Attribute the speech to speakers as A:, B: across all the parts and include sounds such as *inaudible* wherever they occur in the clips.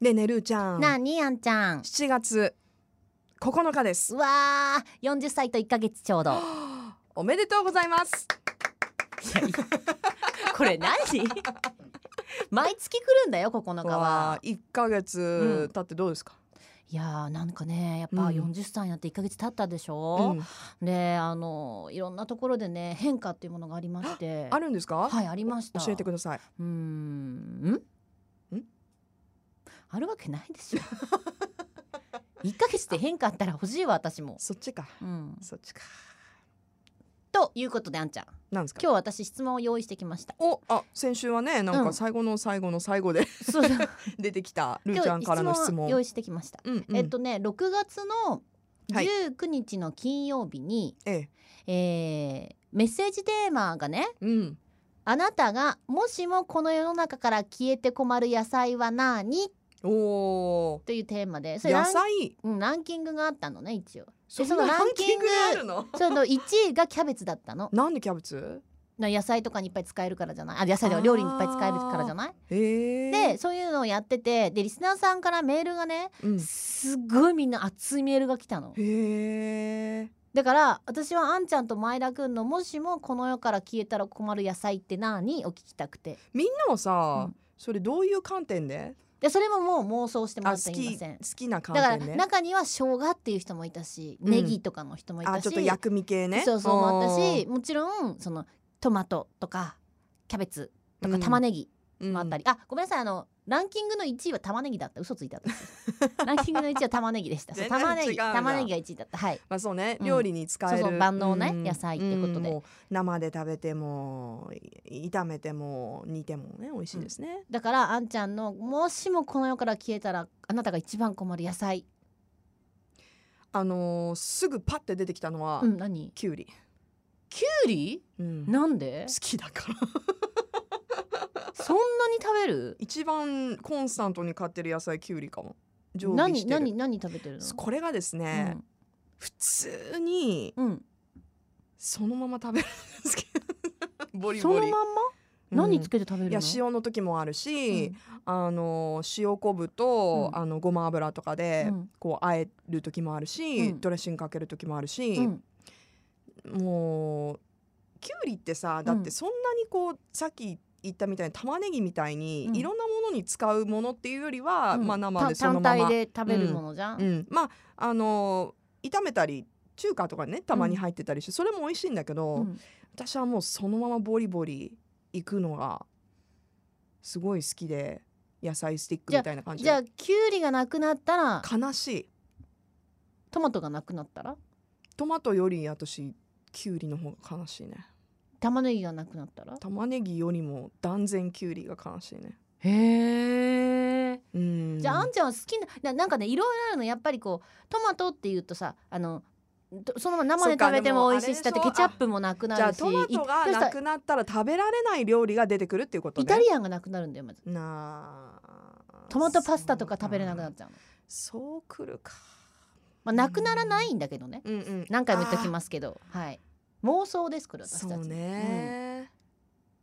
A: ねえねえるーちゃん
B: なあにあんちゃん
A: 7月9日です
B: うわー40歳と1ヶ月ちょうど
A: おめでとうございます
B: *laughs* これ *laughs* 何毎月来るんだよ9日は
A: 1ヶ月経ってどうですか、
B: いやーなんかねやっぱ
A: うん
B: 40歳になって1ヶ月経ったでし
A: う
B: ょ、
A: ん
B: であのいろんなところでね変化っていうものがありまして
A: あるんですか、
B: はいありました
A: 教えてください、
B: うーん
A: ん
B: あるわけないで *laughs* しょ一ヶ月で変化あったら欲しいわ私も、
A: そっちか
B: うん、
A: そっちか
B: ということであんちゃん
A: なんですか
B: 今日私質問を用意してきま *laughs* した
A: おあ先週はねなん
B: う
A: か
B: ん
A: 最後の最後の最後で *laughs*
B: そうだ
A: 出てきたる
B: 今
A: ーちゃん
B: 日
A: からの質
B: 質問
A: 問
B: を用意してきました、
A: うんうん
B: えっとね6月の
A: はい
B: 19日の金曜日に、
A: ええ
B: えーメッセージテーマがね
A: うん
B: あなたがもしもこの世の中から消えて困る野菜は何
A: おお
B: というテーマでそ
A: ー
B: れラ
A: 野
B: ン
A: 菜
B: うんランキングがあったのね一応
A: そん
B: その
A: な
B: ラ
A: ラ
B: ン
A: ン
B: キ
A: キン
B: ング
A: グがあるの
B: *laughs*
A: *laughs*
B: その1位がキャベツだったの
A: なんでキャベツ
B: な野菜とかにいっぱい使えるからじゃないあ野菜では料理にいっぱい使えるからじゃない
A: えー、
B: で、そういうのをやっててでリスナーさんからメールがね
A: うん、
B: すっごいみんな熱いメールが来たの
A: へえ
B: だから私はあんちゃんと前田君の「もしもこの世から消えたら困る野菜って何?」を聞きたくて
A: みんなもさ、
B: うん
A: それどういう観点で
B: でそれももう妄想しても
A: あ
B: ら
A: 好
B: っていま
A: き
B: せん
A: 好きな
B: だから
A: 観点ね
B: 中には生姜っていう人もいたし、
A: うん
B: ネギとかの人もいた
A: あ
B: し
A: ちょっと薬味系ね
B: そうそうもあったし
A: うん
B: もちろんそのトマトとかキャベツとか玉ねぎもあったり、あごめんなさいあのランキングの1位は玉ねぎだった嘘つい
A: *laughs*
B: た私ランキングの1位は玉ねぎでしたそ
A: 全
B: う
A: 然
B: 玉ね
A: 違う
B: ぎ
A: じゃん
B: 玉ねぎが1位だったはい
A: まあそうね、
B: うん
A: 料理に使える
B: そうそう万能ね
A: うん
B: 野菜ってことで
A: もう生で食べてもい炒めても煮てもね美味しいですね、
B: だからあんちゃんのもしもこの世から消えたらあなたが一番困る野菜
A: あのーすぐパッて出てきたのは、
B: うん何
A: きゅうり、
B: きゅうり
A: うん好
B: なんで
A: きだから *laughs*
B: そんなに食べる
A: 一番コンスタントに買ってる野菜きゅうりかも常備し
B: 何
A: てる
B: 何何食べてるの
A: これがですね、普通に
B: うん、うん
A: そのまま食べるんですけどボリ
B: そ
A: ボ
B: のま
A: リ
B: んま、何つけて食べるの
A: いや塩の時もあるし、あの塩昆布と、
B: うん
A: あのごま油とかで、
B: うん
A: こう和える時もあるし、
B: うん
A: ドレッシングかける時もある
B: うん
A: し、もうきゅうりってさだっ
B: うん
A: てそんなにこうさっき言ったみたいに玉ねぎみたいに、
B: うん
A: いろんなものに使うものっていうよりは、
B: うん
A: まあ、生で
B: た
A: そのま
B: 単
A: ま、
B: 体で食べるものじゃん、
A: うん、まああの炒めたり中華とかねたまに入ってたりして、それも美味しいんだけど、
B: うん
A: 私はもうそのままボリボリ行くのがすごい好きで野菜スティックみたいな感じ
B: じゃあ
A: で
B: きゅうりがなくなったら
A: 悲しい
B: トマトがなくなったら
A: トマトより私きゅうりの方が悲しいね
B: 玉ねぎがなくなったら
A: 玉ねぎよりも断然きゅうりが悲しいね
B: へえ
A: うん
B: じゃああんちゃんは好きなななんかねいろいろあるのやっぱりこうトマトっていうとさあのとそのまま生で食べても美味しいし
A: そ
B: だ
A: っ
B: って
A: か
B: ケチャップもなくな
A: じゃあ
B: るし
A: トマトが
B: い
A: なくなったら食べられない料理が出てくるっていうこと
B: イ
A: ね
B: タリアンがなくなるんだよまず
A: なあ
B: トマトパスタとか食べれなくな
A: る
B: っちゃうの、
A: そうくるか
B: まあ、なくならないんだけどね、
A: うんうん
B: 何回も言っときますけどはい妄想ですこれ私
A: そ
B: たち
A: うね、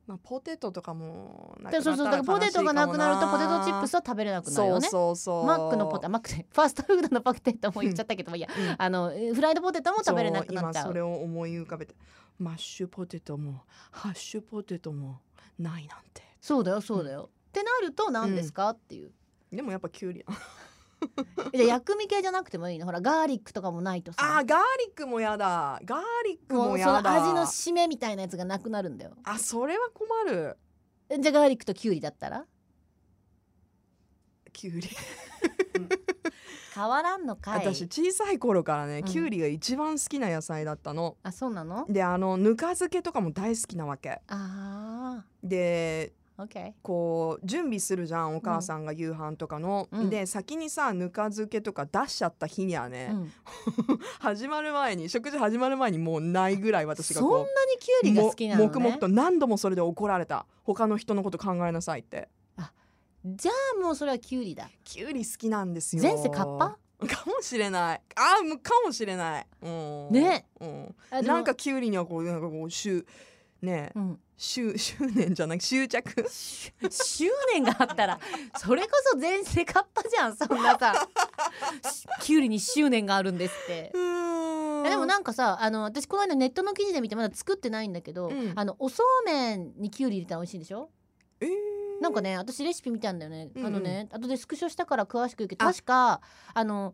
A: まあポテトとかもな
B: うんでそうそうだからポテトがなくなるとポテトチップス
A: は
B: は食べれなくなるよね
A: そうそうそう
B: マックのポテマックでファーストフードのポテトも言っちゃったけどもいや
A: うん
B: あのえフライドポテトも食べれなくなっち
A: そう今
B: ゃ
A: そうれを思い浮かべてマッシュポテトもハッシュポテトもないなんて
B: そうだよそうだよ、ってなると何ですか、っていう
A: でもやっぱキュウリあ
B: じゃあ薬味系じゃなくてもいいのほらガーリックとかもないとさ
A: ーガーリックもやだガーリック
B: も
A: も
B: うその
A: やだ
B: 味の締めみたいなやつがなくなるんだよ
A: あそれは困る
B: えじゃあガーリックとキュウリだったら
A: キュウリ
B: 変わらんのかい
A: 私小さい頃からね
B: ん
A: キュウリが一番好きな野菜だったの、
B: あそうなの
A: であのぬか漬けとかも大好きなわけ
B: あ
A: で
B: ーオッケー
A: こう準備するじゃんお母さんが夕飯とかの、
B: うん
A: で先にさぬか漬けとか出しちゃった日にはね、
B: うん、
A: 始まる前に食事始まる前にもうないぐらい私が
B: そんな
A: こ
B: にキュウ
A: う
B: リが好きなのね
A: も黙々と何度もそれで怒られた他の人のこと考えなさいって
B: じゃあもうそれはキュウリだ
A: キュウリ好きなんですよ
B: 前世カッパ
A: かもしれないあーもうかもしれないうん
B: ね
A: うん
B: あでも
A: なんかキュウリにはこうなんかこうしゅねえ
B: うん、
A: 執執念じゃなく執着
B: 執念があったらそれこそ全世カッパじゃんそんなさキュウリに執念があるんですって
A: う。ーん
B: えでもなんかさあの私この間ネットの記事で見てまだ作ってないんだけど、
A: うん
B: あのおそうめんにきゅうり入れたら美味しいんでしょ
A: えー
B: なんかね私レシピ見たんだよね、
A: うんうん
B: あのね後でスクショしたから詳しく言うけど
A: あ
B: 確かあの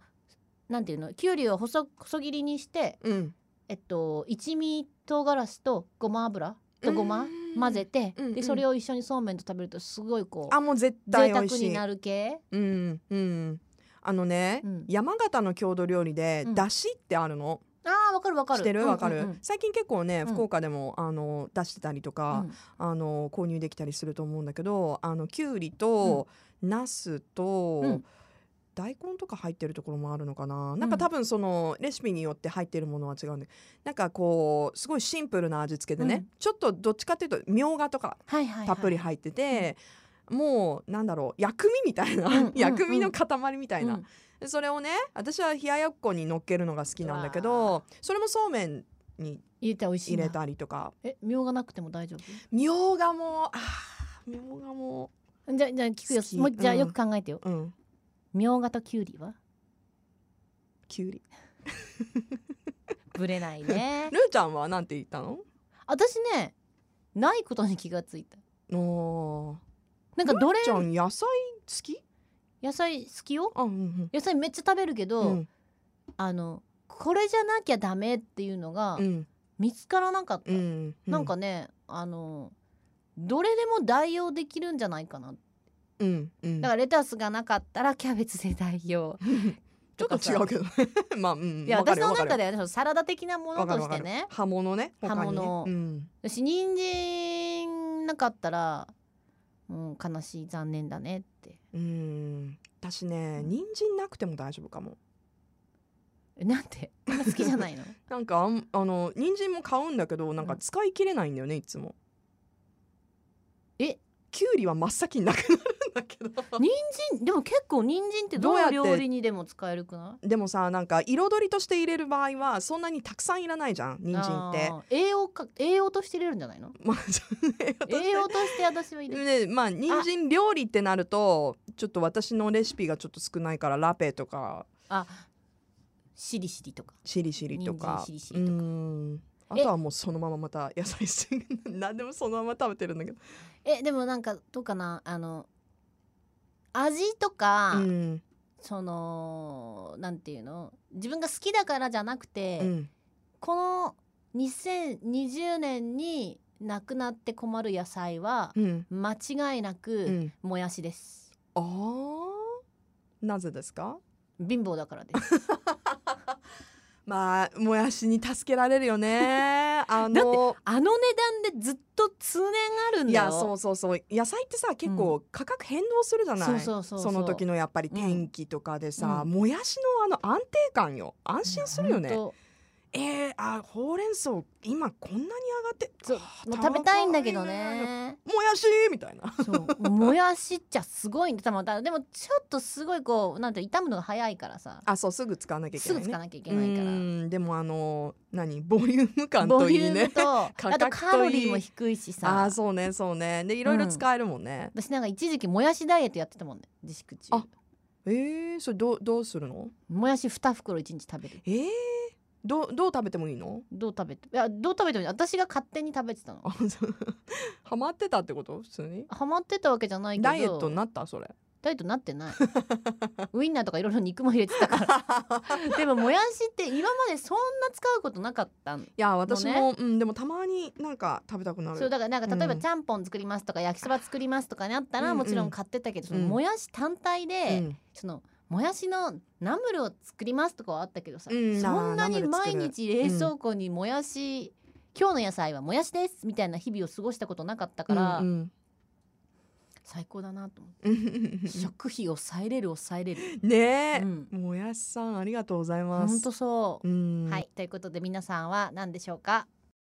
B: なんていうのきゅうりを細細切りにして
A: うん
B: えっと一味唐辛子とごま油とご
A: う
B: ま
A: ーん
B: 混ぜて、
A: うんう
B: で
A: ん
B: それを一緒にそうめんと食べるとすごいこう
A: あもう絶対
B: 贅
A: 美
B: 沢
A: 味し
B: に
A: い
B: なる系
A: うんうんあのね、
B: うん
A: 山形の郷土料理で
B: うん
A: だしってあるの、
B: あーわかるわかる
A: してるわかる、
B: うんうんうん
A: 最近結構ね
B: ん
A: 福岡でも、あの出してたりとか、あの購入できたりすると思うんだけどあのきゅうりと、ナスと、
B: うん
A: 大根とか入ってるところもあるのかな、なん
B: う
A: か
B: ん
A: 多分そのレシピによって入ってるものは違うんでなんかこうすごいシンプルな味付けでね、
B: うん
A: ちょっとどっちかっていうとみょうがとか
B: はいはいはい
A: たっぷり入ってて、もうなんだろう薬味みたいな、
B: うんうんうん
A: *laughs* 薬味の塊みたいな、
B: うん
A: でそれをね私は冷ややっこに乗っけるのが好きなんだけどそれもそうめんに
B: 入れたら美味し
A: 入
B: いんだ
A: れたりとか
B: え、みょうがなくても大丈夫。
A: みょうがもあーみょうがも
B: じゃ、じゃ、聞くよ
A: 好。き
B: もう、じゃ、
A: うん
B: よく考えてよ。
A: うん
B: みょうがときゅうりは。
A: きゅうり
B: ぶれないね。
A: るーちゃんはなんて言ったの
B: *laughs* 私ね。ないことに気がついた。
A: お
B: なん
A: ー
B: か、どれ
A: るー、ちゃん野菜好き
B: 野菜好きよ。
A: あうん
B: 野菜めっちゃ食べるけ
A: う
B: ど、
A: んうん
B: あの。これじゃなきゃダメっていうのが
A: う、ん
B: 見つからなかった。
A: うん
B: なんかね、あの。どれでも代用できるんじゃないかな。
A: うんうん
B: だからレタスがなかったらキャベツで代用。
A: *laughs* ちょっと違うけど *laughs* ねまあうん
B: いや
A: わか
B: 私
A: るよ
B: の
A: わかる
B: 中
A: よ
B: ではねそのサラダ的なもの
A: わか
B: と
A: る
B: し
A: わか
B: て
A: る
B: ね
A: 葉物ね他にね
B: 葉物
A: うん
B: 私人参なかったら、うん、悲しい残念だねって
A: うん私ね人参なくても大丈夫かも
B: えなんてあんま好きじゃな
A: *laughs*
B: いの
A: なんかあんあの人参も買うんだけどなん
B: う
A: か
B: ん
A: 使い切れないんだよねいつも
B: え
A: きゅうりは真っ先になくなるんだけど
B: 人参でも結構人参ってど
A: どうやっ
B: の
A: て
B: 料理にでも使えるくな
A: *laughs* でもさなんか彩りとして入れる場合はそんなにたくさんいらないじゃん
B: い
A: 人参って。
B: あー栄養か栄養として入れるんじゃないの
A: まあそうね私
B: 栄養として私は入れる
A: ねまあ人参料理ってなるとちょっと私のレシピがちょっと少ないからラペとか
B: あしりしりとか
A: しりしりとか
B: 人参しりしりとか
A: うーんあとはもうそのまままた野菜室 *laughs* 何でもそのまま食べてるんだけど
B: えでもなんかどうかなあの味とか、
A: うん
B: そのなんていうの自分が好きだからじゃなくて、
A: うん
B: この2020年になくなって困る野菜は
A: うん
B: 間違いな
A: う
B: く
A: ん
B: もやしです、
A: あーなぜですか
B: 貧乏だからです *laughs*
A: まあもやしに助けられるよ
B: *laughs*
A: ねあ
B: だっ
A: の
B: あの値段でずっと通年あるん
A: い
B: だよ
A: やそうそうそう野菜ってさ結構価格変動するじゃない、
B: そうそうそう
A: その時
B: の
A: のやっぱり天気とかでさ、
B: う
A: もやしのあの安定感よ安心するよね、えー、あほうれん草今こんなに上がって
B: そう
A: あー
B: もう食べたいんだけど
A: 高い
B: ね
A: もやしみたいな
B: そうもやしっちゃすごいんだ多分だでもちょっとすごいこうなんて傷むのが早いからさ
A: あそうすぐ使わなきゃいけ
B: す
A: ない、
B: ぐ
A: ね、
B: つかなきゃいけないか
A: う
B: ら
A: ーんでもあの何ボリューム感
B: ボ
A: と
B: リ
A: いい
B: ューム
A: ね *laughs*
B: とあ
A: 格とい
B: と
A: い
B: カロリーも低いし
A: あ *laughs*
B: さ
A: あーそうねそうねでいろいろ使えるもんね、
B: 私なんか一時期もやしダイエットやってたもんね自粛中
A: あえー、それどうどうするの
B: もやし2袋1日食べる
A: えー、どうどう食べてもいいの *laughs*
B: どう食べていやどう食べてもいい私が勝手に食べてたの
A: あそうハマってたってこと普通に
B: ハマってたわけじゃないけど
A: ダイエットになったそ *laughs* れ
B: ダイエットなって
A: *laughs*
B: ないウインナーとかいろいろ肉も入れてたからでももやしって今までそんな使うことなかったん
A: いや私もうん、でもたまになんか食べたくな
B: そう
A: る
B: だからなんか例えば
A: うん
B: ちゃんぽん作りますとか焼きそば作りますとかにあった
A: うん
B: ら
A: うん
B: もちろん買ってたけど、その
A: うん
B: もやし単体で、
A: うん
B: そのもやしのナムルを作りますとかはあったけどさ、
A: うん
B: そんな
A: あーナム
B: に
A: ル作
B: 毎
A: る
B: 日冷蔵庫にもやし、今日の野菜はもやしですみたいな日々を過ごしたことなかったから、
A: うんうん
B: 最高だなと思って、
A: ね
B: 食費を抑えれる抑えれる、
A: *laughs* え、
B: うん、
A: もやしさんありがとうござい
B: ほ
A: ます。
B: んとそう、
A: うん
B: はいということで皆さんは何でしょうか